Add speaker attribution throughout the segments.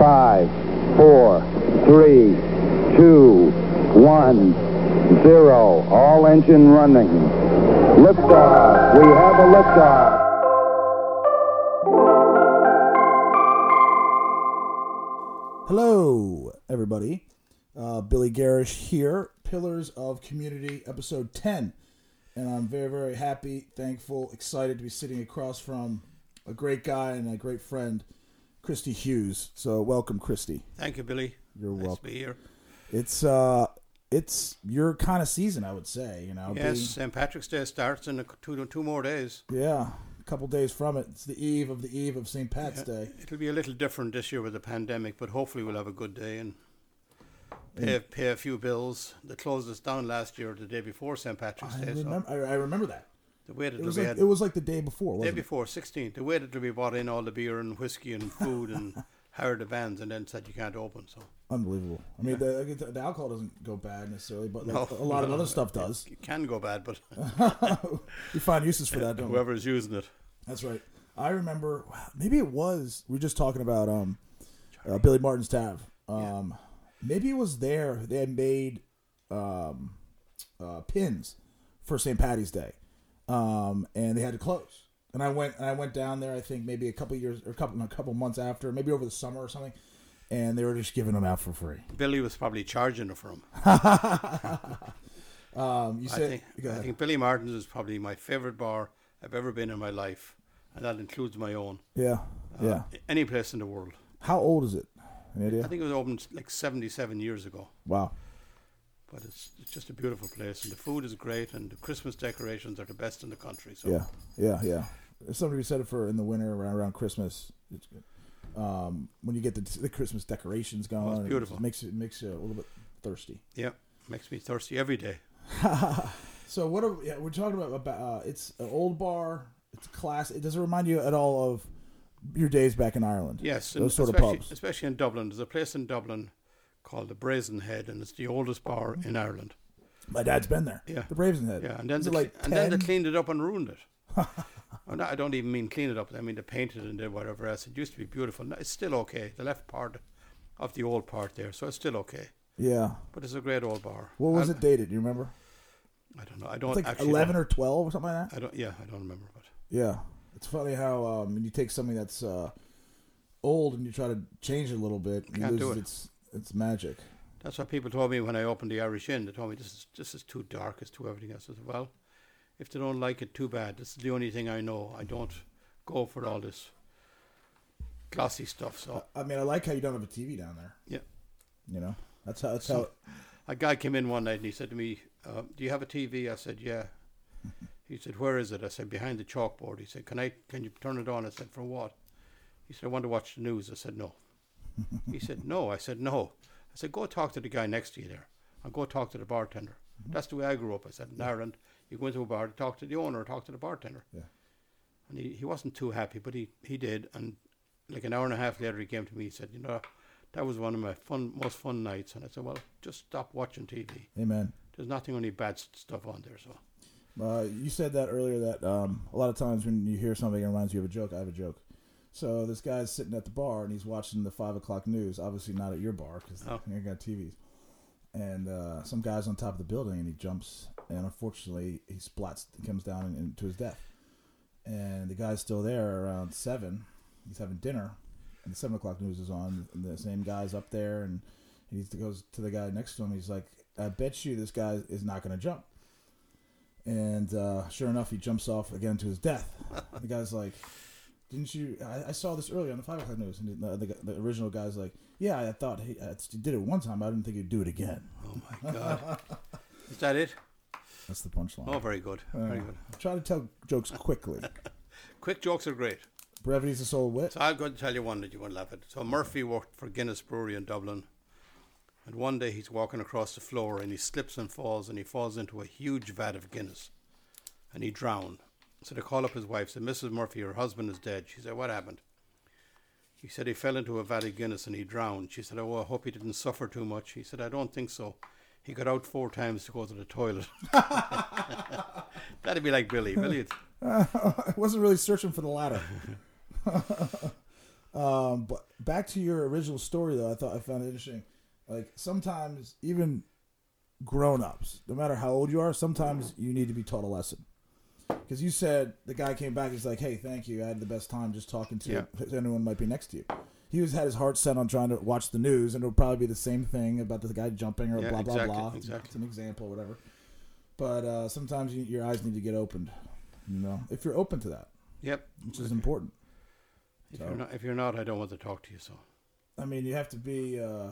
Speaker 1: five, four, three, two, one, zero. All engine running. Liftoff. We have a liftoff.
Speaker 2: Hello, everybody. Uh, Billy Garish here, Pillars of Community, episode 10. And I'm very, very happy, thankful, excited to be sitting across from a great guy and a great friend, Christy Hughes. So, welcome, Christy.
Speaker 3: Thank you, Billy.
Speaker 2: You're
Speaker 3: nice
Speaker 2: welcome.
Speaker 3: To be here.
Speaker 2: It's, uh, it's your kind of season, I would say. You know,
Speaker 3: Yes, St. Patrick's Day starts in a, c- two two more days.
Speaker 2: being- yeah, a couple days from it. It's the eve of the eve of St. Pat's Day.
Speaker 3: It'll be a little different this year with the pandemic, but hopefully we'll have a good day and pay,
Speaker 2: Mm.
Speaker 3: pay a few bills. They closed us down last year, the day before St. Patrick's
Speaker 2: I
Speaker 3: Day. So
Speaker 2: remember, I, I remember that.
Speaker 3: they waited
Speaker 2: It
Speaker 3: till
Speaker 2: was,
Speaker 3: we
Speaker 2: like,
Speaker 3: had
Speaker 2: it was like the day before,
Speaker 3: day
Speaker 2: wasn't it?
Speaker 3: before 16th. They waited till we brought in all the beer and whiskey and food and hired the bands, and then said you can't open. So
Speaker 2: Unbelievable. I mean, the, I guess the, the alcohol doesn't go bad necessarily, but like,
Speaker 3: No,
Speaker 2: a lot of
Speaker 3: no,
Speaker 2: other stuff does.
Speaker 3: it can go bad, but
Speaker 2: you find uses for that, don't you?
Speaker 3: whoever's using it.
Speaker 2: That's right. I remember. wow, Maybe it was. We were just talking about um, uh, Billy Martin's Tav. Um, maybe it was there they had made um, uh, pins for St. Patty's Day, um, and they had to close. And I went and I went down there. I think maybe a couple years or a couple a couple months after, maybe over the summer or something. And they were just giving them out for free.
Speaker 3: Billy was probably charging it for him.
Speaker 2: Um, you
Speaker 3: I
Speaker 2: said,
Speaker 3: think,
Speaker 2: go
Speaker 3: I
Speaker 2: ahead.
Speaker 3: think Billy Martin's is probably my favorite bar I've ever been in my life, and that includes my own.
Speaker 2: yeah,
Speaker 3: Uh,
Speaker 2: yeah.
Speaker 3: Any place in the world.
Speaker 2: How old is it? Any idea?
Speaker 3: I think it was opened like 77 years ago,
Speaker 2: wow.
Speaker 3: but it's, it's just a beautiful place, and the food is great, and the Christmas decorations are the best in the country. So
Speaker 2: Yeah, yeah, yeah. There's something to be said for in the winter around, around Christmas. It's good. Um, when you get the, the Christmas decorations going,
Speaker 3: Oh, it's
Speaker 2: it
Speaker 3: beautiful.
Speaker 2: makes it makes you a little bit thirsty.
Speaker 3: yeah, makes me thirsty every day.
Speaker 2: So what are yeah, we're talking about? About uh, it's an old bar. It's a class. It doesn't remind you at all of your days back in Ireland.
Speaker 3: Yes, and
Speaker 2: those sort of
Speaker 3: especially,
Speaker 2: pubs.
Speaker 3: especially in Dublin. There's a place in Dublin called the Brazen Head, and it's the oldest bar in Ireland.
Speaker 2: My dad's been there.
Speaker 3: Yeah.
Speaker 2: the Braves Head.
Speaker 3: Yeah, and then
Speaker 2: Is
Speaker 3: they,
Speaker 2: it like
Speaker 3: cle- and then they
Speaker 2: 10?
Speaker 3: cleaned it up and ruined it. Oh, no, I don't even mean clean it up. I mean they painted and did whatever else. It used to be beautiful. No, It's still okay. The left part of the old part there, so it's still okay.
Speaker 2: yeah.
Speaker 3: But it's a great old bar.
Speaker 2: What was
Speaker 3: I,
Speaker 2: it dated? Do you remember?
Speaker 3: I don't know. I don't
Speaker 2: It's like
Speaker 3: actually.
Speaker 2: eleven
Speaker 3: don't-
Speaker 2: or twelve or something like that.
Speaker 3: I don't. Yeah, I don't remember. But
Speaker 2: Yeah, it's funny how um, when you take something that's uh, old and you try to change it a little bit, you
Speaker 3: Can't
Speaker 2: lose
Speaker 3: do it.
Speaker 2: its its magic.
Speaker 3: that's what people told me when I opened the Irish Inn. They told me this is this is too dark. It's too everything else. I said, well, if they don't like it, too bad. This is the only thing I know. I don't go for all this glossy stuff. So
Speaker 2: I mean, I like how you don't have a TV down there.
Speaker 3: yeah.
Speaker 2: You know, that's how that's how.
Speaker 3: A guy came in one night and he said to me, uh, "Do you have a TV?" I said, "Yeah." He said, "Where is it?" I said, "Behind the chalkboard." He said, "Can I? Can you turn it on?" I said, "For what?" He said, "I want to watch the news." I said, "No." he said, "No." I said, "No." I said, "Go talk to the guy next to you there, and go talk to the bartender." That's the way I grew up. I said, "In Ireland, you go into a bar to talk to the owner, or talk to the bartender."
Speaker 2: Yeah.
Speaker 3: And he, he wasn't too happy, but he, he did. And like an hour and a half later, he came to me. He said, "You know, that was one of my fun, most fun nights." And I said, "Well, just stop watching TV.
Speaker 2: Amen.
Speaker 3: There's nothing only bad st- stuff on there." So
Speaker 2: Uh, you said that earlier that um, a lot of times when you hear something that reminds you of a joke, I have a joke. So this guy's sitting at the bar and he's watching the five o'clock news. Obviously not at your bar because
Speaker 3: Oh.
Speaker 2: you got TVs. And uh, some guy's on top of the building and he jumps and unfortunately he splats, he comes down and, and to his death. And the guy's still there around seven. He's having dinner, and the seven o'clock news is on. And the same guy's up there and he goes to the guy next to him. He's like, "I bet you this guy is not going to jump." and uh, sure enough, he jumps off again to his death. the guy's like, "Didn't you? I, I saw this earlier on the five o'clock news." And the, the, the original guy's like, "Yeah, I thought he, I he did it one time. I didn't think he'd do it again."
Speaker 3: oh my god, is that it?
Speaker 2: That's the punchline.
Speaker 3: Oh, very good, very good.
Speaker 2: Try to tell jokes quickly.
Speaker 3: Quick jokes are great.
Speaker 2: Brevity's the soul of wit.
Speaker 3: So I'm going to tell you one that you won't laugh at. So Murphy worked for Guinness Brewery in Dublin, and one day he's walking across the floor and he slips and falls and he falls into a huge vat of Guinness, and he drowned. So they call up his wife. Said Mrs. Murphy, her husband is dead. She said, "What happened?" He said he fell into a vat of Guinness and he drowned. She said, "Oh, I hope he didn't suffer too much." He said, "I don't think so." He got out four times to go to the toilet. That'd be like Billy. Billy,
Speaker 2: I wasn't really searching for the latter. Um, but back to your original story, though, I thought I found it interesting. Like sometimes, even grown-ups, no matter how old you are, sometimes you need to be taught a lesson. Because you said the guy came back, he's like, "Hey, thank you. I had the best time just talking to anyone might be next to you." He was had his heart set on trying to watch the news, and it'll probably be the same thing about the guy jumping or
Speaker 3: Yeah,
Speaker 2: blah blah
Speaker 3: exactly,
Speaker 2: blah.
Speaker 3: exactly.
Speaker 2: It's an example, whatever. But uh, sometimes you, your eyes need to get opened. You know, if you're open to that,
Speaker 3: Yep.
Speaker 2: which is important.
Speaker 3: If you're not, if you're not, I don't want to talk to you. So
Speaker 2: I mean, you have to be uh,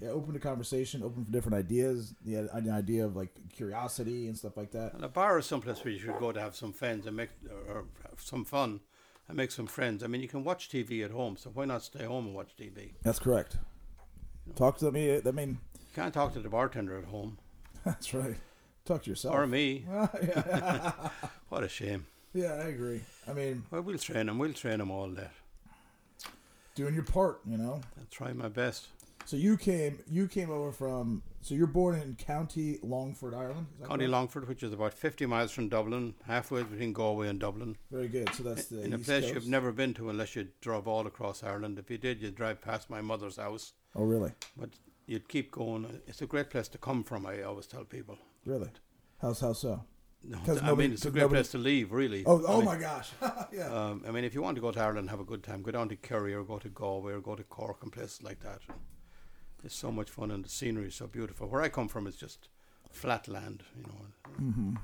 Speaker 2: yeah, open to conversation, open for different ideas, the an idea of like curiosity and stuff like that.
Speaker 3: And a bar is someplace where you should go to have some friends and make or, or have some fun and make some friends. I mean, you can watch TV at home, so why not stay home and watch TV? You
Speaker 2: That's correct. Talk to me. I mean,
Speaker 3: can't talk to the bartender at home
Speaker 2: that's right. Talk to yourself.
Speaker 3: or me.
Speaker 2: yeah,
Speaker 3: What a shame.
Speaker 2: yeah, I agree. I mean,
Speaker 3: Well, we'll train them. We'll train them all that.
Speaker 2: doing your part, you know.
Speaker 3: I'll try my best.
Speaker 2: So you came, you came over from. So you're born in County Longford, Ireland. Is that
Speaker 3: County
Speaker 2: correct?
Speaker 3: Longford, which is about 50 miles from Dublin, halfway between Galway and Dublin,
Speaker 2: Very good. So that's the
Speaker 3: in a
Speaker 2: East
Speaker 3: place
Speaker 2: Coast?
Speaker 3: you've never been to unless you drove all across Ireland. If you did, you'd drive past my mother's house,
Speaker 2: Oh, really?
Speaker 3: but you'd keep going. It's a great place to come from, I always tell people.
Speaker 2: Really? How's how so?
Speaker 3: No,
Speaker 2: 'Cause
Speaker 3: I
Speaker 2: nobody-
Speaker 3: mean, it's a
Speaker 2: 'cause
Speaker 3: great
Speaker 2: nobody-
Speaker 3: place to leave, really.
Speaker 2: Oh,
Speaker 3: I
Speaker 2: oh
Speaker 3: mean,
Speaker 2: my gosh. yeah.
Speaker 3: Um, I mean, if you want to go to Ireland and have a good time, go down to Kerry or go to Galway or go to Cork and places like that. It's so much fun and the scenery is so beautiful. Where I come from is just flat land, you know.
Speaker 2: Mm-hmm.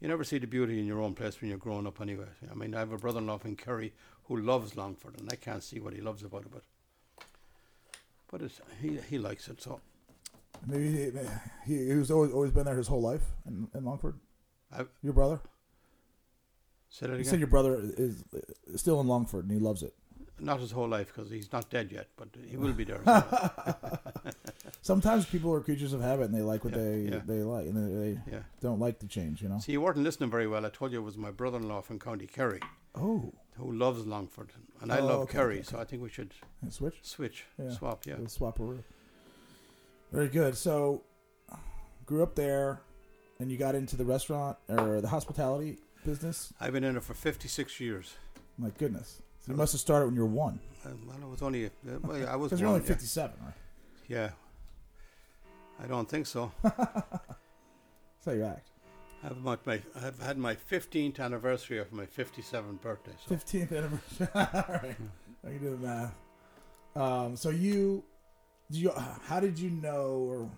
Speaker 3: You never see the beauty in your own place when you're growing up, anyway. I mean, I have a brother in law in Kerry who loves Longford, and I can't see what he loves about it, but, but it's, he, he likes it. So
Speaker 2: Maybe he, he, he was always, always been there his whole life in, in Longford.
Speaker 3: I
Speaker 2: Your brother?
Speaker 3: said it
Speaker 2: You
Speaker 3: again.
Speaker 2: said your brother is is still in Longford and he loves it.
Speaker 3: not his whole life because he's not dead yet, but he will be there. someday.
Speaker 2: Sometimes people are creatures of habit and they like what
Speaker 3: Yeah,
Speaker 2: they
Speaker 3: yeah.
Speaker 2: they like and they, they
Speaker 3: yeah.
Speaker 2: don't like to change. You know.
Speaker 3: See, you weren't listening very well. I told you it was my brother-in-law from County Kerry
Speaker 2: Oh,
Speaker 3: who loves Longford, and I
Speaker 2: Oh,
Speaker 3: love
Speaker 2: okay,
Speaker 3: Kerry,
Speaker 2: okay,
Speaker 3: so I think we should
Speaker 2: and switch.
Speaker 3: switch,
Speaker 2: Yeah.
Speaker 3: swap. Yeah,
Speaker 2: Little swaparoo. Very good. So, grew up there, and you got into the restaurant or the hospitality business.
Speaker 3: I've been in it for 56 years.
Speaker 2: My goodness. So you must have started when you were one,
Speaker 3: Um, well, I was only uh, well, I
Speaker 2: because
Speaker 3: was one,
Speaker 2: you're only
Speaker 3: yeah.
Speaker 2: 57, right?
Speaker 3: Yeah. I don't think so.
Speaker 2: That's how you act.
Speaker 3: I've about my I've had my 15th anniversary of my 57th birthday. So
Speaker 2: Fifteenth anniversary. All right, I can do the math. Um, so you, do you, how did you know, or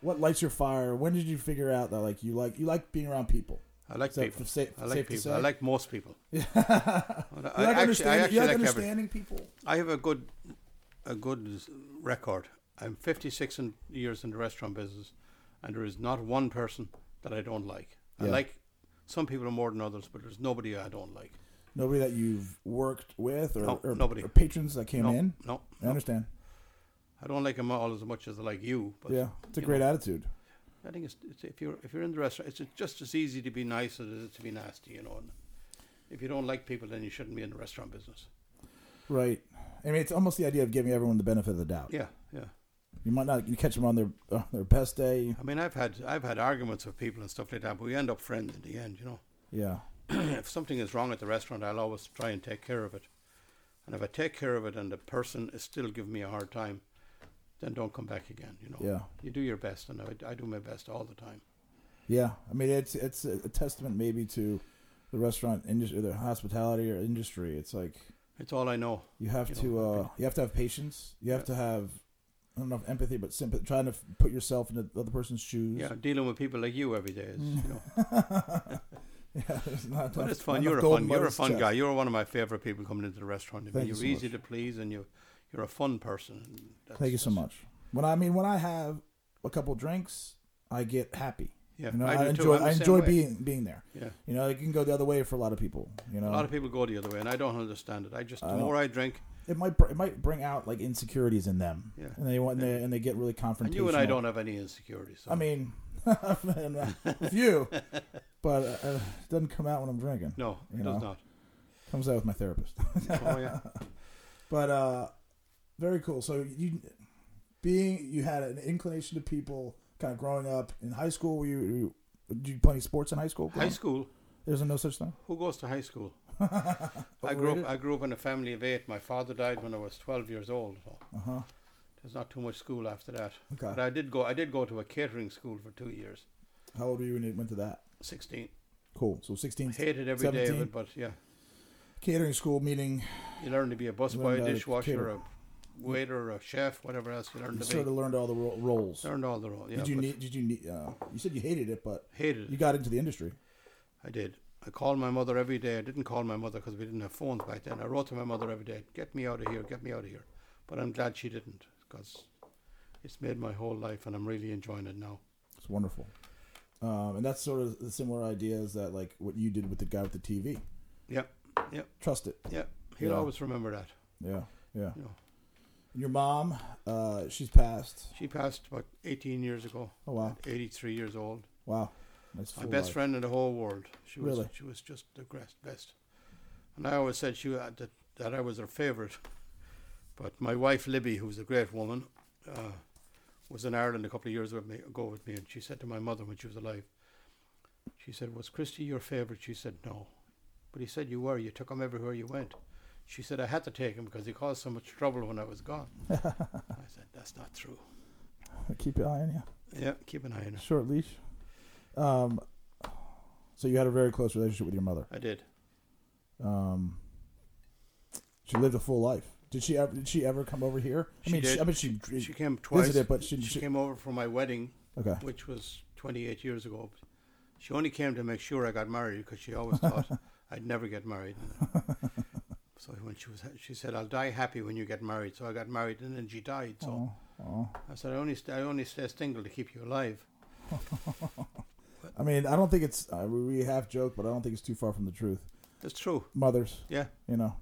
Speaker 2: what lights your fire? When did you figure out that like you like you like being around people?
Speaker 3: I like
Speaker 2: Is that
Speaker 3: people.
Speaker 2: sa-
Speaker 3: I like
Speaker 2: safe to
Speaker 3: people.
Speaker 2: say?
Speaker 3: I like most people.
Speaker 2: Yeah. You
Speaker 3: Well,
Speaker 2: like
Speaker 3: I actually, I
Speaker 2: understanding,
Speaker 3: actually
Speaker 2: you like
Speaker 3: like every-
Speaker 2: understanding people.
Speaker 3: I have a good, a good record. I'm 56 in, years in the restaurant business, and there is not one person that I don't like. I
Speaker 2: Yeah.
Speaker 3: like some people more than others, but there's nobody I don't like.
Speaker 2: Nobody that you've worked with, or,
Speaker 3: No,
Speaker 2: or,
Speaker 3: nobody.
Speaker 2: or patrons that came
Speaker 3: No,
Speaker 2: in.
Speaker 3: no,
Speaker 2: I understand.
Speaker 3: I don't like them all as much as I like you. But
Speaker 2: yeah, it's a
Speaker 3: you
Speaker 2: great
Speaker 3: know,
Speaker 2: attitude.
Speaker 3: I think it's, it's if you're if you're in the restaurant, it's just as easy to be nice as it is to be nasty. You know, and if you don't like people, then you shouldn't be in the restaurant business.
Speaker 2: Right. I mean, it's almost the idea of giving everyone the benefit of the doubt.
Speaker 3: Yeah, yeah.
Speaker 2: You might not you catch them on their on their best day.
Speaker 3: I mean, I've had I've had arguments with people and stuff like that, but we end up friends in the end. You know.
Speaker 2: Yeah.
Speaker 3: if something is wrong at the restaurant, I'll always try and take care of it. And if I take care of it and the person is still giving me a hard time, then don't come back again. You know.
Speaker 2: Yeah.
Speaker 3: You do your best, and I, I do my best all the time.
Speaker 2: Yeah, I mean it's it's a a testament maybe to the restaurant industry, the hospitality or industry. It's like
Speaker 3: It's all I know.
Speaker 2: you have
Speaker 3: You know,
Speaker 2: to
Speaker 3: I
Speaker 2: uh, you have to have patience. You have to have I don't know if empathy, but sympathy, trying to f- put yourself into the other person's shoes.
Speaker 3: Yeah, dealing with people like you every day is, you know.
Speaker 2: yeah there's not
Speaker 3: But
Speaker 2: enough-
Speaker 3: it's fun.
Speaker 2: not
Speaker 3: You're a
Speaker 2: enough gold
Speaker 3: fun.
Speaker 2: in
Speaker 3: You're a
Speaker 2: Mother's
Speaker 3: fun
Speaker 2: chest.
Speaker 3: guy. You're one of my favorite people coming into the restaurant. I mean,
Speaker 2: Thank you
Speaker 3: you're
Speaker 2: so
Speaker 3: easy
Speaker 2: much.
Speaker 3: to please, and you, you're a fun person. and that's-
Speaker 2: Thank you so
Speaker 3: that's-
Speaker 2: much. When I I mean when I have a couple drinks, I get happy.
Speaker 3: Yeah,
Speaker 2: you know,
Speaker 3: I
Speaker 2: I,
Speaker 3: do too.
Speaker 2: enjoy
Speaker 3: I'm the
Speaker 2: I
Speaker 3: same
Speaker 2: enjoy
Speaker 3: way.
Speaker 2: being being there.
Speaker 3: Yeah.
Speaker 2: You know, it can go the other way for a lot of people. You know,
Speaker 3: A lot of people go the other way, and I don't understand it. I just the
Speaker 2: Um, don't-
Speaker 3: more I drink,
Speaker 2: it might br- it might bring out like insecurities in them,
Speaker 3: Yeah.
Speaker 2: and they want and they, and they get really confrontational.
Speaker 3: and you and I don't have any insecurities. so-
Speaker 2: I mean, few, but uh, uh, it doesn't come out when I'm drinking.
Speaker 3: no, it
Speaker 2: you
Speaker 3: does
Speaker 2: know.
Speaker 3: not.
Speaker 2: comes out with my therapist.
Speaker 3: Oh yeah.
Speaker 2: but uh, very cool. So you being you had an inclination to people kind of growing up in high school. Were you, were you did you play any sports in high school?
Speaker 3: High school.
Speaker 2: There's no such thing.
Speaker 3: Who goes to high school? I grew up. I grew up in a family of eight. My father died when I was twelve years old. So
Speaker 2: Uh huh.
Speaker 3: there's not too much school after that.
Speaker 2: Okay.
Speaker 3: But I did go. I did go to a catering school for two years.
Speaker 2: How old were you when you went to that?
Speaker 3: Sixteen.
Speaker 2: Cool. So 16,
Speaker 3: Hated every day of
Speaker 2: 17.
Speaker 3: it, but yeah,
Speaker 2: catering school meeting.
Speaker 3: you learn to be a busboy,
Speaker 2: learned
Speaker 3: a
Speaker 2: how to
Speaker 3: dishwasher,
Speaker 2: cater.
Speaker 3: a waiter, a chef, whatever else you learn
Speaker 2: You
Speaker 3: to
Speaker 2: sort
Speaker 3: be.
Speaker 2: of learned all the ro- roles.
Speaker 3: Learned all the role. Yeah.
Speaker 2: did you
Speaker 3: but
Speaker 2: need? Did you need? Uh, you said you hated it, but
Speaker 3: Hated
Speaker 2: you
Speaker 3: it.
Speaker 2: got into the industry.
Speaker 3: I did. I called my mother every day. I didn't call my mother because we didn't have phones back then. I wrote to my mother every day, "Get me out of here, get me out of here." But I'm glad she didn't because it's made my whole life, and I'm really enjoying it now.
Speaker 2: It's wonderful. Um, and that's sort of the similar idea as that, like what you did with the guy with the TV.
Speaker 3: Yeah, yeah,
Speaker 2: Trust it.
Speaker 3: yeah. He'll
Speaker 2: Yeah.
Speaker 3: always remember that.
Speaker 2: Yeah, yeah.
Speaker 3: You know,
Speaker 2: Your mom, uh, she's passed.
Speaker 3: she passed about 18 years ago.
Speaker 2: Oh wow,
Speaker 3: at 83 years old.
Speaker 2: wow. That's
Speaker 3: My best friend in the whole world. She was
Speaker 2: Really?
Speaker 3: she was just the gres- best. And I always said she wa- that, that I was her favorite. But my wife Libby, who was a great woman, uh, was in Ireland a couple of years with me, ago with me, and she said to my mother when she was alive, she said, "Was Christy your favorite?" She said, "No," but he said, "You were. You took him everywhere you went." She said, "I had to take him because he caused so much trouble when I was gone." I said, "That's not true."
Speaker 2: Keep your eye on you.
Speaker 3: Yeah, keep an eye on her.
Speaker 2: Short leash. Um, so you had a very close relationship with your mother.
Speaker 3: I did.
Speaker 2: Um, she lived a full life. Did she ever? Did she ever come over here? I
Speaker 3: She
Speaker 2: mean,
Speaker 3: did.
Speaker 2: She, I mean, she,
Speaker 3: She came twice.
Speaker 2: visited, but she-
Speaker 3: she,
Speaker 2: she-
Speaker 3: came over for my wedding,
Speaker 2: Okay.
Speaker 3: which was 28 years ago. She only came to make sure I got married because she always thought I'd never get married. so when she was, she said, "I'll die happy when you get married." So I got married, and then she died. So
Speaker 2: Oh.
Speaker 3: I said, "I only, st- I only stay single to keep you alive."
Speaker 2: I mean, I don't think it's. Uh, we we half joke, but I don't think it's too far from the truth.
Speaker 3: That's true.
Speaker 2: Mothers,
Speaker 3: Yeah,
Speaker 2: you know,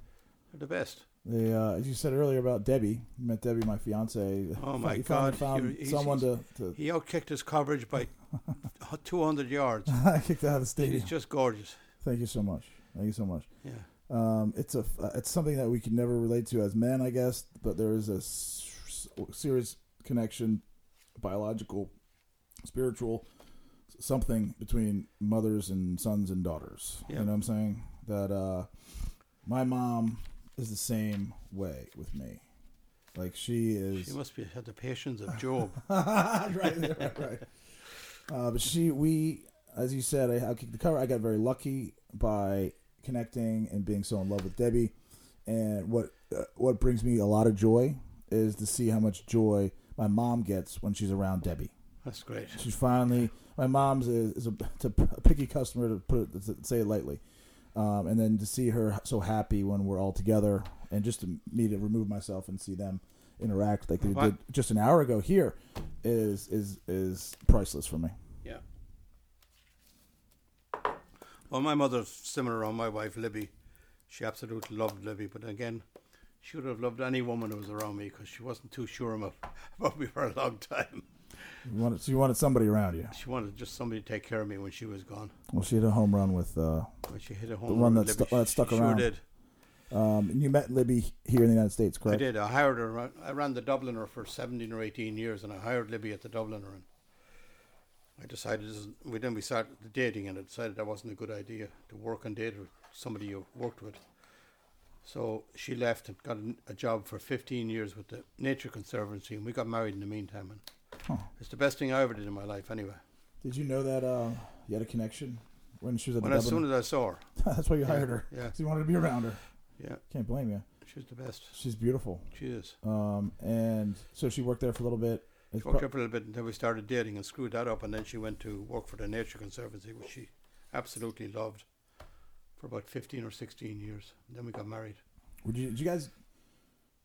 Speaker 3: they're the best.
Speaker 2: they. Uh, as you said earlier about Debbie, you met Debbie, my fiance.
Speaker 3: Oh, my
Speaker 2: you finally
Speaker 3: God.
Speaker 2: Found
Speaker 3: You're- he's-
Speaker 2: someone to, to
Speaker 3: He outkicked his coverage by 200 yards.
Speaker 2: kicked out of the
Speaker 3: He's
Speaker 2: stadium.
Speaker 3: just gorgeous.
Speaker 2: Thank you so much. Thank you so much.
Speaker 3: Yeah,
Speaker 2: Um, it's a uh, it's something that we can never relate to as men, I guess, but there is a s- serious connection, biological, spiritual, something between mothers and sons and daughters.
Speaker 3: Yeah.
Speaker 2: You know what I'm saying? That uh, my mom is the same way with me. Like she is
Speaker 3: she must be had the patience of Job.
Speaker 2: right, right, right. Uh, but she, we, as you said, I, I kicked the cover. I got very lucky by connecting and being so in love with Debbie. And what uh, what brings me a lot of joy is to see how much joy my mom gets when she's around Debbie.
Speaker 3: That's great.
Speaker 2: She's finally my mom's is, is a, it's a picky customer to put it, to say it lightly, um, and then to see her so happy when we're all together, and just to me to remove myself and see them interact like they
Speaker 3: What?
Speaker 2: did just an hour ago here, is is is priceless for me.
Speaker 3: Yeah. Well, my mother's similar on my wife, Libby. She absolutely loved Libby, but again, she would have loved any woman who was around me because she wasn't too sure of- about me for a long time.
Speaker 2: You wanted, so you wanted somebody around you.
Speaker 3: She wanted just somebody to take care of me when she was gone.
Speaker 2: Well, she had a home run with. Uh,
Speaker 3: When she hit a home
Speaker 2: one
Speaker 3: run with
Speaker 2: that
Speaker 3: Libby,
Speaker 2: stu- that
Speaker 3: she-
Speaker 2: stuck
Speaker 3: she
Speaker 2: around.
Speaker 3: Sure did.
Speaker 2: um, and you met Libby here in the United States,
Speaker 3: I
Speaker 2: correct?
Speaker 3: did. I hired her. around- I ran the Dubliner for 17 or 18 years, and I hired Libby at the Dubliner. And I decided, this is, we then we started the dating, and I decided that wasn't a good idea to work and date with somebody you worked with. So she left and got an- a job for 15 years with the Nature Conservancy, and we got married in the meantime. And
Speaker 2: Huh.
Speaker 3: It's the best thing I ever did in my life, anyway.
Speaker 2: Did you know that uh, you had a connection when she was at
Speaker 3: When
Speaker 2: the
Speaker 3: as soon
Speaker 2: Dublin?
Speaker 3: as I saw her,
Speaker 2: That's why you
Speaker 3: Yeah,
Speaker 2: hired her.
Speaker 3: yeah.
Speaker 2: 'cause you wanted to be around her.
Speaker 3: yeah,
Speaker 2: Can't blame you.
Speaker 3: she's the best.
Speaker 2: She's beautiful.
Speaker 3: She is.
Speaker 2: Um, and so she worked there for a little bit. It's
Speaker 3: Worked
Speaker 2: pro-
Speaker 3: up a little bit until we started dating and screwed that up, and then she went to work for the Nature Conservancy, which she absolutely loved for about 15 or 16 years. Then we got married.
Speaker 2: Would you, did you guys?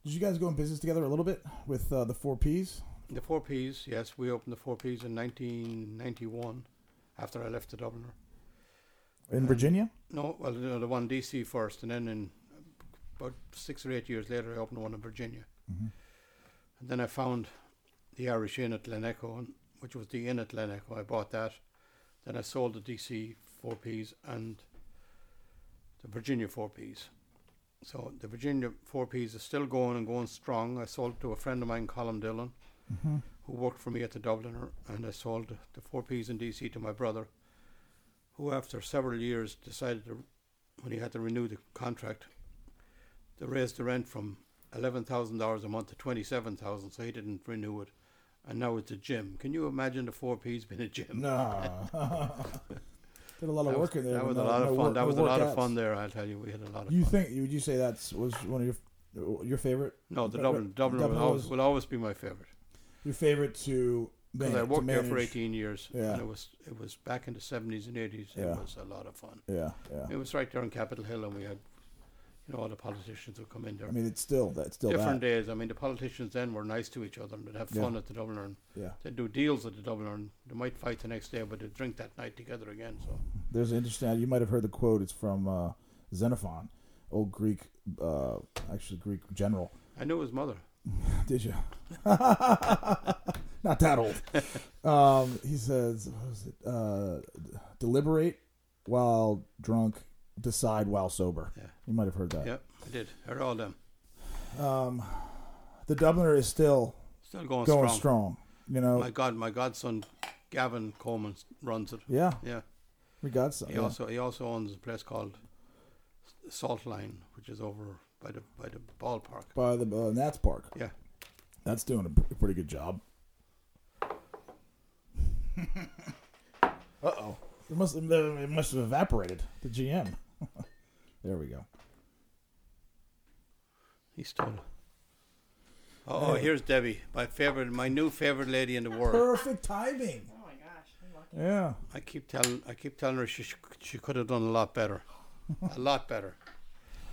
Speaker 2: Did you guys go in business together a little bit with uh, the four Ps?
Speaker 3: The Four Ps, yes, we opened the Four Ps in 1991 after I left the Dubliner. Um,
Speaker 2: in Virginia?
Speaker 3: No, well, no, the one DC first, and then in about six or eight years later, I opened one in Virginia. And then I found the Irish Inn at Glen Echo, and- which was the Inn at Glen Echo. I bought that. Then I sold the DC 4Ps and the Virginia 4Ps. So the Virginia 4Ps is still going and going strong. I sold it to a friend of mine, Colin Dillon,
Speaker 2: Mm-hmm.
Speaker 3: who worked for me at the Dubliner, and I sold the 4Ps in DC to my brother, who after several years decided to when he had to renew the contract, they raised the rent from eleven thousand dollars a month to twenty seven thousand, so he didn't renew it. And now it's a gym. Can you imagine the four P's been a gym?
Speaker 2: No. Did a lot of
Speaker 3: That was,
Speaker 2: work in there.
Speaker 3: that
Speaker 2: but
Speaker 3: was
Speaker 2: no-
Speaker 3: a lot
Speaker 2: no
Speaker 3: of fun.
Speaker 2: work-
Speaker 3: that
Speaker 2: no
Speaker 3: was a lot
Speaker 2: workouts.
Speaker 3: of fun there. I'll tell you, we had a lot of
Speaker 2: You
Speaker 3: fun.
Speaker 2: think? Would you say that's was one of your your favorite?
Speaker 3: No, the
Speaker 2: But-
Speaker 3: Dublin,
Speaker 2: but
Speaker 3: Dublin, will,
Speaker 2: Dublin
Speaker 3: always,
Speaker 2: was-
Speaker 3: will always be my favorite
Speaker 2: Your favorite to
Speaker 3: because
Speaker 2: man,
Speaker 3: I
Speaker 2: to
Speaker 3: worked there for
Speaker 2: manage.
Speaker 3: eighteen years,
Speaker 2: Yeah.
Speaker 3: and it was it was back in the seventies and eighties.
Speaker 2: Yeah.
Speaker 3: It was a lot of fun.
Speaker 2: Yeah, yeah.
Speaker 3: It was right there on Capitol Hill, and we had you know all the politicians would come in there.
Speaker 2: I mean, it's still that's still
Speaker 3: Different
Speaker 2: that.
Speaker 3: days. I mean, the politicians then were nice to each other and they'd have
Speaker 2: Yeah.
Speaker 3: fun at the Dubliner. And
Speaker 2: Yeah,
Speaker 3: they'd do deals at the Dubliner. And they might fight the next day, but they'd drink that night together again. So
Speaker 2: there's an interesting. You might have heard the quote. It's from uh, Xenophon, old Greek, uh, actually Greek general.
Speaker 3: I knew his mother.
Speaker 2: Did you? Not that old. Um, he says, what was it? Uh, deliberate while drunk, decide while sober.
Speaker 3: Yeah.
Speaker 2: You might have heard that.
Speaker 3: Yeah, I did. I heard all them.
Speaker 2: The Dubliner is still
Speaker 3: Still going,
Speaker 2: going strong.
Speaker 3: strong.
Speaker 2: You know,
Speaker 3: My God, my godson, Gavin Coleman, s- runs it.
Speaker 2: yeah,
Speaker 3: Yeah.
Speaker 2: we got some.
Speaker 3: He
Speaker 2: yeah.
Speaker 3: also he also owns a place called Salt Line, which is over by the by the ballpark.
Speaker 2: By the uh, Nats Park.
Speaker 3: Yeah.
Speaker 2: That's doing a pr- pretty good job. uh oh. It must, it must have evaporated, the GM. there we go.
Speaker 3: He stole it. Oh, here's Debbie, my favorite, my new favorite lady in the world.
Speaker 2: Perfect timing.
Speaker 4: Oh my gosh, I'm lucky.
Speaker 2: Yeah.
Speaker 3: I keep telling I keep telling her she sh- she could have done a lot better, a lot better.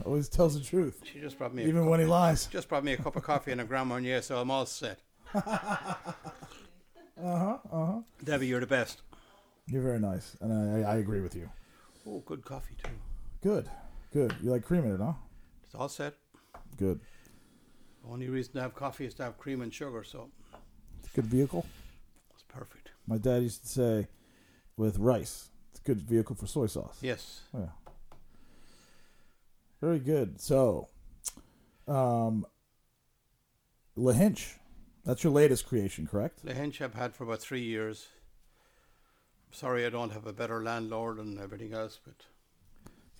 Speaker 2: Always tells the truth,
Speaker 3: She just brought me a
Speaker 2: even
Speaker 3: cup,
Speaker 2: when he lies.
Speaker 3: just brought me a cup of coffee and a Grand Marnier, so I'm all set. uh huh.
Speaker 2: Uh-huh,
Speaker 3: Uh huh. Debbie, you're the best.
Speaker 2: You're very nice, and I, I agree with you.
Speaker 3: Oh, good coffee too.
Speaker 2: Good, good. You like cream in it, huh?
Speaker 3: It's all set.
Speaker 2: Good.
Speaker 3: The only reason to have coffee is to have cream and sugar, so
Speaker 2: It's a good vehicle.
Speaker 3: it's perfect.
Speaker 2: My dad used to say, with rice, it's a good vehicle for soy sauce.
Speaker 3: Yes.
Speaker 2: Yeah. Very good. So, um, La Hinch, that's your latest creation, correct?
Speaker 3: The hench I've had for about three years. Sorry, I don't have a better landlord and everything else, but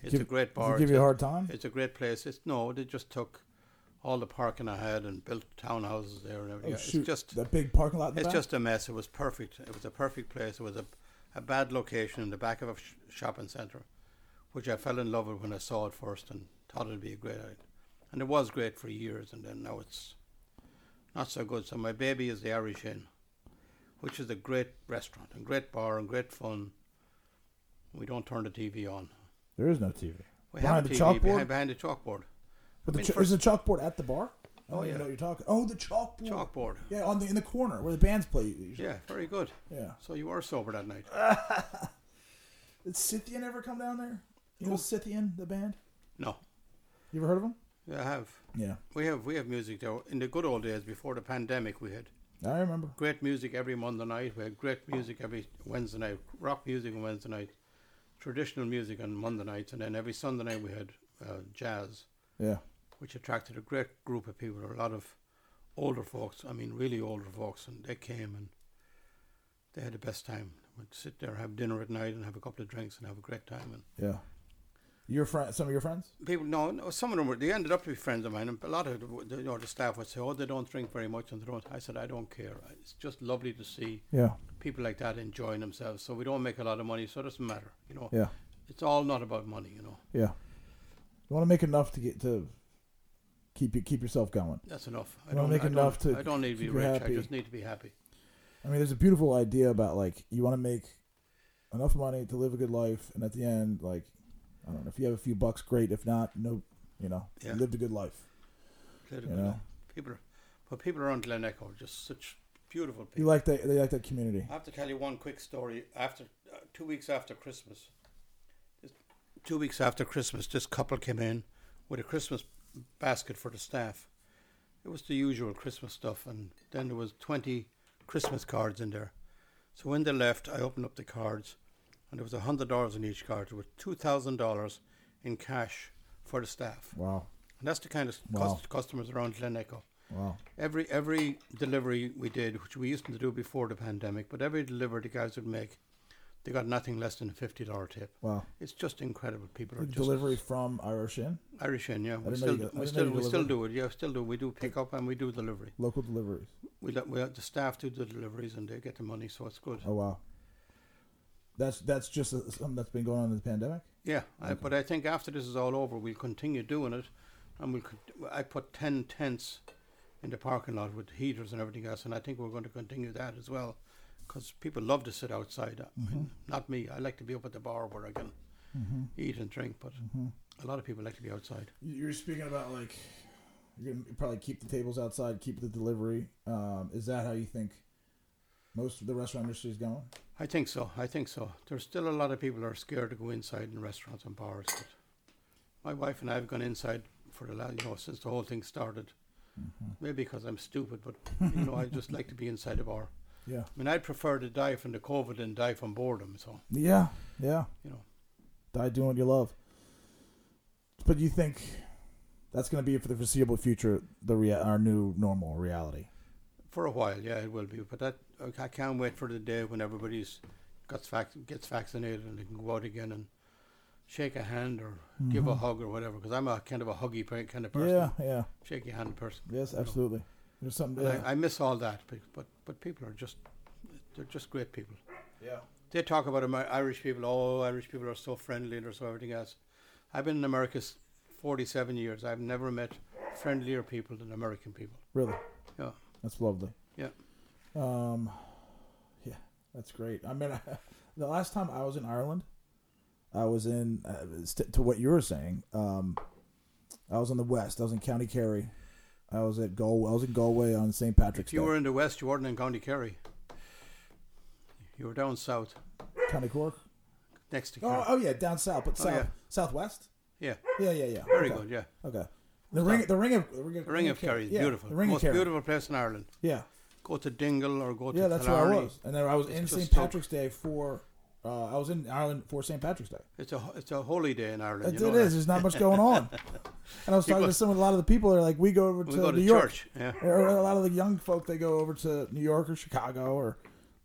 Speaker 3: it's
Speaker 2: Give-
Speaker 3: a great
Speaker 2: Does
Speaker 3: bar.
Speaker 2: it give
Speaker 3: It's
Speaker 2: you a
Speaker 3: a-
Speaker 2: hard time?
Speaker 3: It's a great place. It's no, they just took all the parking I had and built townhouses there and everything.
Speaker 2: Oh,
Speaker 3: it's
Speaker 2: shoot.
Speaker 3: just
Speaker 2: that big parking lot in the
Speaker 3: it's
Speaker 2: back?
Speaker 3: just a mess. It was perfect. It was a perfect place. It was a a bad location in the back of a sh- shopping center, which I fell in love with when I saw it first and thought it'd be a great idea. And it was great for years, and then now it's not so good. So my baby is the Irish Inn, which is a great restaurant and great bar and great fun. We don't turn the TV on.
Speaker 2: There is no TV.
Speaker 3: We
Speaker 2: Behind
Speaker 3: have
Speaker 2: the
Speaker 3: TV
Speaker 2: chalkboard?
Speaker 3: behind, behind the chalkboard.
Speaker 2: But the
Speaker 3: mean,
Speaker 2: ch-
Speaker 3: first-
Speaker 2: is the chalkboard at the bar? I don't
Speaker 3: Oh,
Speaker 2: even
Speaker 3: yeah.
Speaker 2: know what you're talking. Oh, the chalkboard.
Speaker 3: Chalkboard.
Speaker 2: Yeah, on the in the corner where the bands play. Usually.
Speaker 3: Yeah, very good.
Speaker 2: Yeah.
Speaker 3: So you were sober that night.
Speaker 2: Uh. Did Scythian ever come down there? You know Scythian, the band.
Speaker 3: No,
Speaker 2: You ever heard of them?
Speaker 3: I have.
Speaker 2: Yeah,
Speaker 3: We have we have music there. In the good old days before the pandemic, we had
Speaker 2: I remember.
Speaker 3: great music every Monday night. We had great music every Wednesday night. Rock music on Wednesday night, traditional music on Monday nights, and then every Sunday night we had uh, jazz,
Speaker 2: Yeah,
Speaker 3: which attracted a great group of people. A lot of older folks. I mean, really older folks, and they came and they had the best time. We'd sit there, have dinner at night, and have a couple of drinks, and have a great time. And
Speaker 2: yeah. Your friend, some of your friends.
Speaker 3: people no, no some of them were they ended up to be friends of mine and a lot of the, you know, the staff would say oh they don't drink very much and they don't I said I don't care it's just lovely to see
Speaker 2: Yeah,
Speaker 3: people like that enjoying themselves so we don't make a lot of money so it doesn't matter you know
Speaker 2: yeah,
Speaker 3: it's all not about money you know
Speaker 2: yeah. You want to make enough to get to keep you keep yourself going.
Speaker 3: that's enough I
Speaker 2: You wanna make
Speaker 3: I
Speaker 2: enough to
Speaker 3: I don't need to be
Speaker 2: keep you
Speaker 3: rich I
Speaker 2: happy.
Speaker 3: just need to be happy
Speaker 2: I mean, there's a beautiful idea about like you want to make enough money to live a good life, and at the end, like I don't know, if you have a few bucks, great. If not, no, you know,
Speaker 3: Yeah.
Speaker 2: you lived a good life.
Speaker 3: Political,
Speaker 2: You know.
Speaker 3: people are, but people around Glen Echo are just such beautiful people
Speaker 2: You like that? They like that community.
Speaker 3: I have to tell you one quick story. After uh, two weeks after Christmas, this- two weeks after Christmas, this couple came in with a Christmas basket for the staff. It was the usual Christmas stuff, and then there was twenty Christmas cards in there. So when they left, I opened up the cards, and there was hundred dollars in each card. There were two thousand dollars in cash for the staff,
Speaker 2: Wow,
Speaker 3: and that's the kind of
Speaker 2: Wow.
Speaker 3: cus- customers around Glen Echo.
Speaker 2: wow.
Speaker 3: Every every delivery we did, which we used to do before the pandemic, but every delivery the guys would make, They got nothing less than a fifty dollar tip.
Speaker 2: Wow.
Speaker 3: It's just incredible. People are just
Speaker 2: Delivery from Irish Inn,
Speaker 3: Irish in, yeah. We
Speaker 2: didn't
Speaker 3: still,
Speaker 2: know you- I
Speaker 3: we
Speaker 2: didn't
Speaker 3: still,
Speaker 2: know you
Speaker 3: we still
Speaker 2: delivered.
Speaker 3: do it. Yeah, still do. We do pick up and we do delivery.
Speaker 2: local deliveries.
Speaker 3: We let, we let the staff do the deliveries and they get the money, so it's good.
Speaker 2: Oh wow. That's that's just uh something that's been going on in the pandemic.
Speaker 3: Yeah, I, but I think after this is all over, we'll continue doing it, and we'll. con- I put ten tents in the parking lot with heaters and everything else, and I think we're going to continue that as well, because people love to sit outside. I mean, not me. I like to be up at the bar where I can eat and drink, but a lot of people like to be outside.
Speaker 2: You're speaking about like you're gonna probably keep the tables outside, keep the delivery. Um, is that how you think most of the restaurant industry is going?
Speaker 3: I think so. I think so. There's still a lot of people are scared to go inside in restaurants and bars. But my wife and I have gone inside for the last, you know, since the whole thing started. Maybe because I'm stupid, but you know, I just like to be inside a bar.
Speaker 2: Yeah.
Speaker 3: I mean, I'd prefer to die from the COVID than die from boredom. So
Speaker 2: Yeah. Yeah.
Speaker 3: you know,
Speaker 2: Die doing what you love. But you think that's going to be for the foreseeable future the rea- our new normal reality?
Speaker 3: for a while, yeah, it will be. But that I can't wait for the day when everybody's gets vac- gets vaccinated and they can go out again and shake a hand or give a hug or whatever. Because I'm a kind of a huggy pe- kind of person,
Speaker 2: Yeah. Yeah.
Speaker 3: shake your hand person.
Speaker 2: Yes.
Speaker 3: you know.
Speaker 2: Absolutely. There's something.
Speaker 3: And
Speaker 2: Yeah.
Speaker 3: I, I miss all that, but, but but people are just they're just great people.
Speaker 2: yeah.
Speaker 3: They talk about Amer- Irish people. Oh, Irish people are so friendly and they're so everything else. I've been in America s- 47 years. I've never met friendlier people than American people.
Speaker 2: Really.
Speaker 3: Yeah,
Speaker 2: That's lovely.
Speaker 3: yeah.
Speaker 2: Um, yeah, that's great. I mean, the last time I was in Ireland, I was in uh, st- to what you were saying. Um, I was on the west. I was in County Kerry. I was at Gal. I was in Galway on St. Patrick's
Speaker 3: If you
Speaker 2: Day.
Speaker 3: were in the West, you weren't in County Kerry. You were down south,
Speaker 2: County Cork.
Speaker 3: next to Kerry.
Speaker 2: Oh, oh yeah, down south, but south,
Speaker 3: yeah.
Speaker 2: southwest.
Speaker 3: yeah,
Speaker 2: Yeah, yeah, yeah.
Speaker 3: very
Speaker 2: Okay.
Speaker 3: good. Yeah,
Speaker 2: Okay. The ring, the ring of, the ring of,
Speaker 3: the Ring of Kerry is
Speaker 2: yeah,
Speaker 3: beautiful.
Speaker 2: The ring
Speaker 3: Most
Speaker 2: of Kerry.
Speaker 3: beautiful place in Ireland.
Speaker 2: Yeah,
Speaker 3: Go to Dingle or go to
Speaker 2: yeah, that's where
Speaker 3: Killarney.
Speaker 2: I was, and then I was in
Speaker 3: just
Speaker 2: St.
Speaker 3: so-
Speaker 2: Patrick's Day for. Uh, I was in Ireland for St. Patrick's Day.
Speaker 3: It's a it's a holy day in Ireland.
Speaker 2: It,
Speaker 3: you
Speaker 2: it
Speaker 3: know
Speaker 2: is.
Speaker 3: that.
Speaker 2: There's not much going on. And I was talking
Speaker 3: People-
Speaker 2: to some a lot of the people are like, we go over to
Speaker 3: We go to
Speaker 2: uh, New York.
Speaker 3: church, yeah.
Speaker 2: Or a lot of the young folk they go over to New York or Chicago or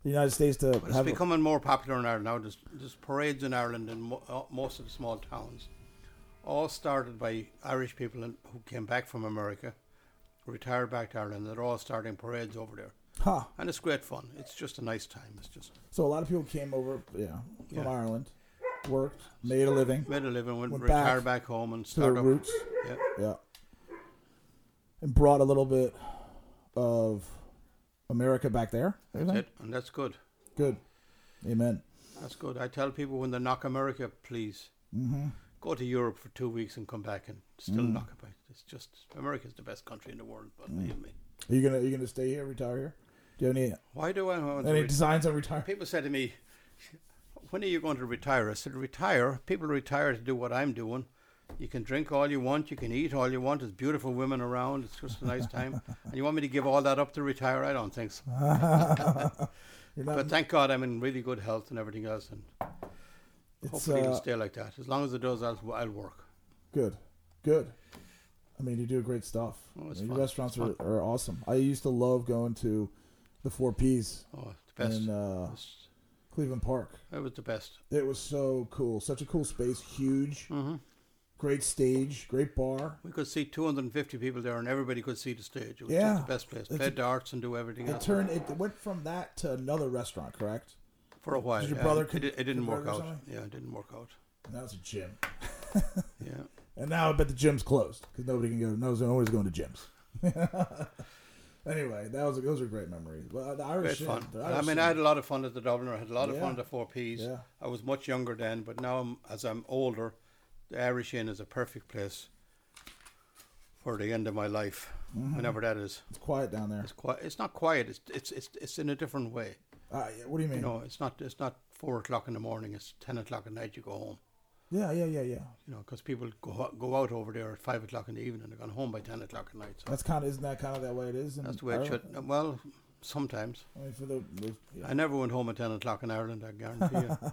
Speaker 2: the United States to
Speaker 3: But it's
Speaker 2: have. a-
Speaker 3: becoming more popular in Ireland now. There's, there's parades in Ireland and mo- uh, most of the small towns, all started by Irish people in, who came back from America, retired back to Ireland. They're all starting parades over there,
Speaker 2: Ha.
Speaker 3: and it's great fun. It's just a nice time. It's just
Speaker 2: So a lot of people came over, yeah, from
Speaker 3: Yeah.
Speaker 2: Ireland, worked, made a living
Speaker 3: made a living, went,
Speaker 2: Went
Speaker 3: retired
Speaker 2: back
Speaker 3: back, home, and
Speaker 2: to their
Speaker 3: started.
Speaker 2: roots,
Speaker 3: Yeah,
Speaker 2: yeah, and brought a little bit of America back there.
Speaker 3: that's it, and that's good.
Speaker 2: Good, amen.
Speaker 3: That's good. I tell people when they knock America, please
Speaker 2: Mm-hmm.
Speaker 3: go to Europe for two weeks and come back and still
Speaker 2: Mm.
Speaker 3: knock it back. It's just America's the best country in the world,
Speaker 2: Mm.
Speaker 3: believe me.
Speaker 2: Are you gonna are you gonna stay here, retire here? Do you have any
Speaker 3: Why do I want to
Speaker 2: any
Speaker 3: ret-
Speaker 2: designs on retire?
Speaker 3: People said to me, "When are you going to retire?" I said, "Retire. People retire to do what I'm doing. You can drink all you want. You can eat all you want. There's beautiful women around. It's just a nice time. And you want me to give all that up to retire? I don't think so.
Speaker 2: You're not
Speaker 3: But thank God I'm in really good health and everything else, and
Speaker 2: It's
Speaker 3: hopefully it'll
Speaker 2: uh,
Speaker 3: stay like that. As long as it does, I'll, I'll work.
Speaker 2: good, good. I mean, you do great stuff.
Speaker 3: Oh, it's
Speaker 2: I mean,
Speaker 3: fun.
Speaker 2: Your restaurants are, are awesome. I used to love going to the Four Ps
Speaker 3: Oh, it's the best.
Speaker 2: in uh,
Speaker 3: It's-
Speaker 2: Cleveland Park.
Speaker 3: it was the best.
Speaker 2: It was so cool. Such a cool space, huge,
Speaker 3: Mm-hmm.
Speaker 2: great stage, great bar.
Speaker 3: We could see 250 people there, and everybody could see the stage. It was
Speaker 2: Yeah.
Speaker 3: just the best place.
Speaker 2: It's
Speaker 3: Play
Speaker 2: a-
Speaker 3: darts and do everything
Speaker 2: It
Speaker 3: else
Speaker 2: turned. It went from that to another restaurant, correct?
Speaker 3: for a while.
Speaker 2: Did your
Speaker 3: yeah.
Speaker 2: brother
Speaker 3: It- it, it
Speaker 2: con-
Speaker 3: didn't work
Speaker 2: convert or
Speaker 3: out.
Speaker 2: something?
Speaker 3: Yeah, it didn't work out.
Speaker 2: And that was a gym.
Speaker 3: Yeah.
Speaker 2: And now I bet the gym's closed because nobody can go. No, nobody's going to gyms. anyway, that was those are great memories. Well, the Irish,
Speaker 3: Great
Speaker 2: gym-
Speaker 3: fun.
Speaker 2: the
Speaker 3: I
Speaker 2: Irish
Speaker 3: mean,
Speaker 2: gym-
Speaker 3: I had a lot of fun at the Dubliner. I had a lot of fun
Speaker 2: Yeah.
Speaker 3: at the Four Ps.
Speaker 2: Yeah.
Speaker 3: I was much younger then, but now I'm, as I'm older, the Irish Inn is a perfect place for the end of my life,
Speaker 2: Mm-hmm.
Speaker 3: whenever that is.
Speaker 2: it's quiet down there.
Speaker 3: It's quiet. It's not quiet. It's it's it's, it's in a different way.
Speaker 2: Uh, yeah, what do you mean?
Speaker 3: You know, it's not it's not four o'clock in the morning. It's ten o'clock at night. You go home.
Speaker 2: Yeah, yeah, yeah, yeah.
Speaker 3: You know, because people go out- go out over there at five o'clock in the evening. and They're gone home by ten o'clock at night. So
Speaker 2: That's kind of isn't that kind of that way it is? in
Speaker 3: that's the way it
Speaker 2: Ireland?
Speaker 3: should. Well, sometimes
Speaker 2: I mean, for the, the- yeah.
Speaker 3: I never went home at ten o'clock in Ireland. I guarantee you.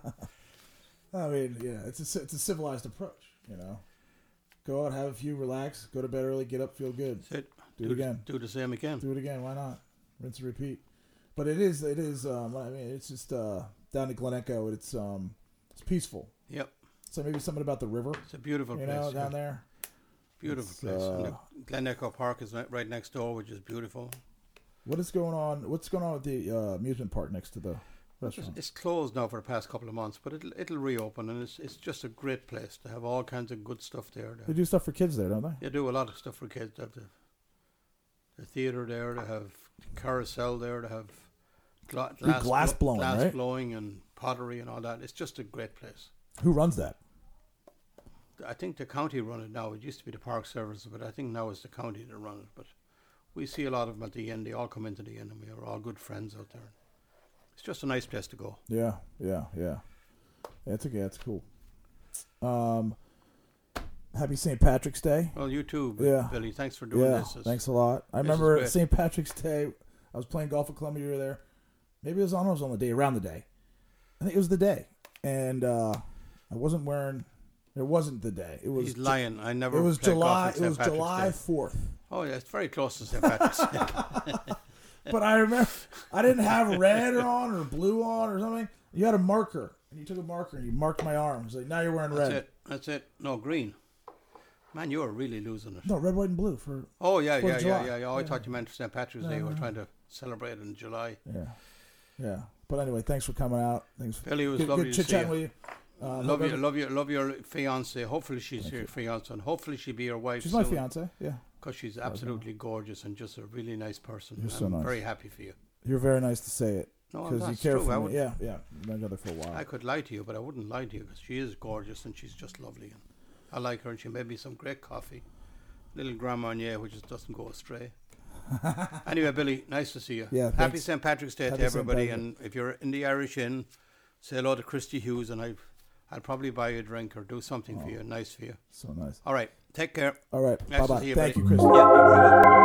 Speaker 2: I mean, yeah, it's a ci- it's a civilized approach, you know. Go out, have a few, relax, go to bed early, get up, feel good,
Speaker 3: That's it.
Speaker 2: Do it again.
Speaker 3: Do the same again.
Speaker 2: do it again. Why not? Rinse and repeat. But it is it is um, I mean it's just uh, down to Glen Echo. It's um it's peaceful.
Speaker 3: Yep.
Speaker 2: So maybe something about the river,
Speaker 3: It's a beautiful
Speaker 2: you
Speaker 3: place.
Speaker 2: know,
Speaker 3: yeah.
Speaker 2: down there.
Speaker 3: Beautiful
Speaker 2: It's,
Speaker 3: place. And the
Speaker 2: uh,
Speaker 3: Glen Echo Park is ni- right next door, which is beautiful.
Speaker 2: What is going on? What's going on with the uh, amusement park next to the
Speaker 3: It's,
Speaker 2: restaurant?
Speaker 3: it's closed now for the past couple of months, but it'll, it'll reopen, and it's, it's just a great place. They have all kinds of good stuff there. They-
Speaker 2: They do stuff for kids there, don't they?
Speaker 3: They do a lot of stuff for kids. They have the, the theater there. They have carousel there. They have gla- glass,
Speaker 2: glass blowing,
Speaker 3: glass
Speaker 2: right?
Speaker 3: blowing, and pottery and all that. It's just a great place.
Speaker 2: Who runs that?
Speaker 3: I think the county run it now. It used to be the park service, but I think now it's the county that run it. But we see a lot of them at the end. They all come into the end, and we are all good friends out there. It's just a nice place to go.
Speaker 2: Yeah, yeah, yeah. That's okay. That's cool. Um, happy St. Patrick's Day.
Speaker 3: Well, you too, B-
Speaker 2: Yeah.
Speaker 3: Billy. Thanks for doing
Speaker 2: Yeah,
Speaker 3: this. It's-
Speaker 2: thanks a lot. I
Speaker 3: this is
Speaker 2: remember
Speaker 3: great.
Speaker 2: St. Patrick's Day. I was playing golf at Columbia. You were there. Maybe it was on. It was on the day around the day. I think it was the day, and uh, I wasn't wearing. It wasn't the day. It was.
Speaker 3: He's lying. I
Speaker 2: It
Speaker 3: never.
Speaker 2: was
Speaker 3: played golf on
Speaker 2: July. It
Speaker 3: St.
Speaker 2: was
Speaker 3: Patrick's
Speaker 2: July
Speaker 3: Day.
Speaker 2: fourth.
Speaker 3: Oh, yeah, it's very close to St. Patrick's. Day.
Speaker 2: But I remember I didn't have red on or blue on or something. You had a marker, and you took a marker and you marked my arms. Like now you're wearing
Speaker 3: That's
Speaker 2: red.
Speaker 3: it. That's it. No green. Man, you are really losing it.
Speaker 2: No, red, white, and blue for
Speaker 3: Oh yeah,
Speaker 2: Fourth
Speaker 3: yeah,
Speaker 2: of
Speaker 3: yeah,
Speaker 2: July.
Speaker 3: yeah, yeah. Oh, I thought you meant St. Patrick's Day. We're trying to celebrate in July.
Speaker 2: yeah, yeah. But anyway, thanks for coming out. Thanks. for
Speaker 3: Billy, it was
Speaker 2: good,
Speaker 3: lovely
Speaker 2: good
Speaker 3: to see
Speaker 2: chit-chatting with
Speaker 3: you.
Speaker 2: you. Uh, hope
Speaker 3: love your,
Speaker 2: every-
Speaker 3: love your, love your fiance. Hopefully she's your fiance, and hopefully she'll be your wife.
Speaker 2: She's my fiance. Yeah,
Speaker 3: Because she's absolutely gorgeous and just a really nice person.
Speaker 2: You're
Speaker 3: I'm
Speaker 2: so nice.
Speaker 3: very happy for you.
Speaker 2: you're very nice to say it
Speaker 3: No,
Speaker 2: because you
Speaker 3: that's
Speaker 2: care
Speaker 3: true. I
Speaker 2: for
Speaker 3: would-
Speaker 2: me. Yeah, yeah. We've been together for a while.
Speaker 3: I could lie to you, but I wouldn't lie to you because she is gorgeous and she's just lovely. And I like her, and she made me some great coffee, little Grand Marnier, which just doesn't go astray. anyway, Billy, nice to see you.
Speaker 2: Yeah,
Speaker 3: Happy
Speaker 2: thanks.
Speaker 3: St. Patrick's Day
Speaker 2: Happy
Speaker 3: to
Speaker 2: St.
Speaker 3: everybody.
Speaker 2: Patrick.
Speaker 3: And if you're in the Irish Inn, say hello to Christy Hughes, and I, I'll probably buy you a drink or do
Speaker 2: Oh.
Speaker 3: something for you, nice for you.
Speaker 2: so nice.
Speaker 3: All right, take care.
Speaker 2: All right.
Speaker 3: Nice
Speaker 2: bye
Speaker 3: to
Speaker 2: bye.
Speaker 3: see you,
Speaker 2: Thank
Speaker 3: buddy.
Speaker 2: you, Chris.
Speaker 3: Yeah, you're very welcome.